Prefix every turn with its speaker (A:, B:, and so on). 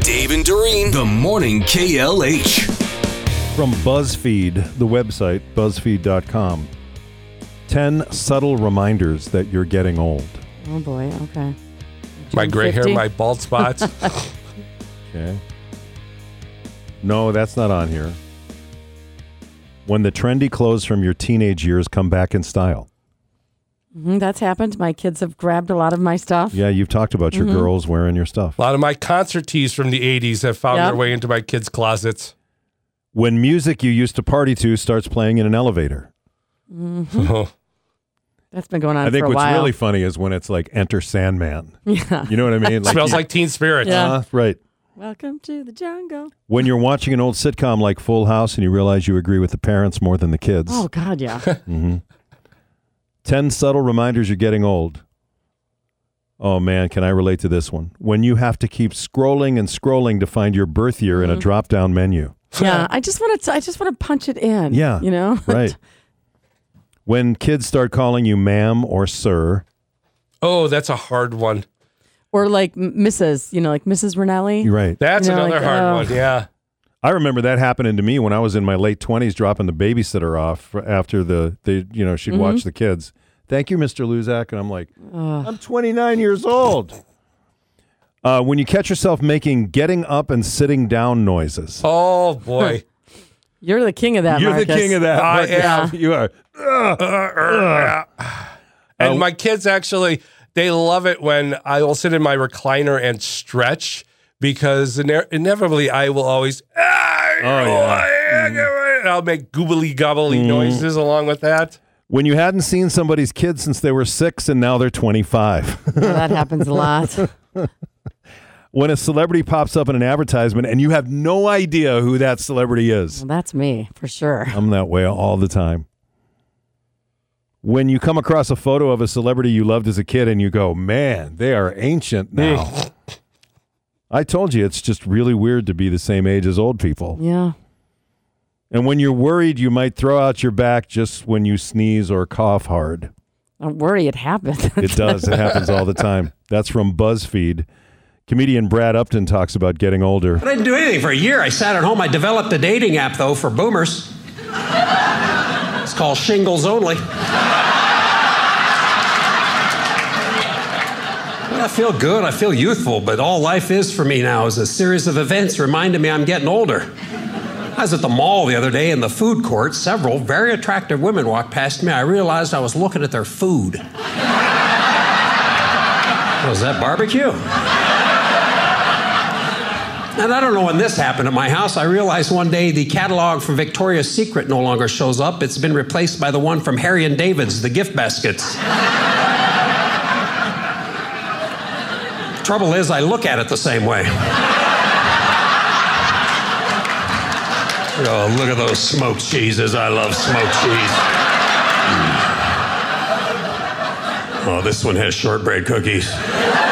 A: Dave and Doreen, the morning KLH.
B: From BuzzFeed, the website, buzzfeed.com 10 subtle reminders that you're getting old.
C: Oh boy. Okay.
D: My gray hair,
C: 50.
D: my bald spots.
B: Okay. No, that's not on here. When the trendy clothes from your teenage years come back in style.
C: Mhm, that's happened. My kids have grabbed a lot of my stuff.
B: Yeah, you've talked about your girls wearing your stuff.
D: a lot of my concert tees from the 80s have found
C: Yeah.
D: their way into my kids' closets.
B: When music you used to party to starts playing in an elevator.
D: Mm-hmm.
C: That's been going on
B: I think
C: for a
B: what's
C: while.
B: really funny is when it's like Enter Sandman. Yeah. You know what I mean?
D: Smells
B: you-
D: like teen spirit.
C: Yeah.
B: Uh, right.
C: Welcome to the jungle.
B: When you're watching an old sitcom like Full House and you realize you agree with the parents more than the kids.
C: Oh God, yeah.
B: 10 subtle reminders you're getting old. Oh man, can I relate to this one? When you have to keep scrolling and scrolling to find your birth year in a drop down menu.
C: yeah. I just want to. I just want to punch it in.
B: Yeah.
C: You know.
B: Right. when kids start calling you ma'am or sir.
D: Oh, that's a hard one.
C: or like m- Mrs. You know, like Mrs. Rinelli.
B: You're right.
D: That's
C: You know,
D: another
C: like,
D: hard
C: oh.
D: one. Yeah.
B: I remember that happening to me when I was in my late 20s dropping the babysitter off after the, the you know, she'd
D: Mm-hmm.
B: watch the kids. Thank you, Mr. Luzak. And I'm like, I'm 29 years old. Uh, when you catch yourself making getting up and sitting down noises.
D: Oh, boy.
C: You're the king of that.
B: You're the
C: Marcus.
B: king of that.
D: I
B: Marcus.
D: am.
B: You are.
D: And my kids actually, they love it when I will sit in my recliner and stretch because ine- inevitably I will always, "Ah,
B: yeah.
D: and I'll make goobly gobbly noises along with that.
B: When you hadn't seen somebody's kid since they were six and now they're 25.
C: Yeah, that happens a lot.
B: when a celebrity pops up in an advertisement and you have no idea who that celebrity is.
C: Well, that's me for sure.
B: I'm that way all the time. When you come across a photo of a celebrity you loved as a kid and you go, man, they are ancient now. I told you it's just really weird to be the same age as old people.
C: Yeah.
B: And when you're worried, you might throw out your back just when you sneeze or cough hard.
C: Don't worry, it happened.
B: It does. it happens all the time. That's from BuzzFeed. Comedian Brad Upton talks about getting older.
E: I didn't do anything for a year. I sat at home. I developed a dating app, though, for boomers. It's called Shingles Only. I feel good. I feel youthful, but all life is for me now is a series of events reminding me I'm getting older. I was at the mall the other day in the food court. Several very attractive women walked past me. I realized I was looking at their food. Was that barbecue? And I don't know when this happened at my house. I realized one day the catalog from Victoria's Secret no longer shows up. It's been replaced by the one from Harry and David's, the gift baskets. Trouble is, I look at it the same way. Oh, look at those smoked cheeses. I love smoked cheese. Oh, this one has shortbread cookies.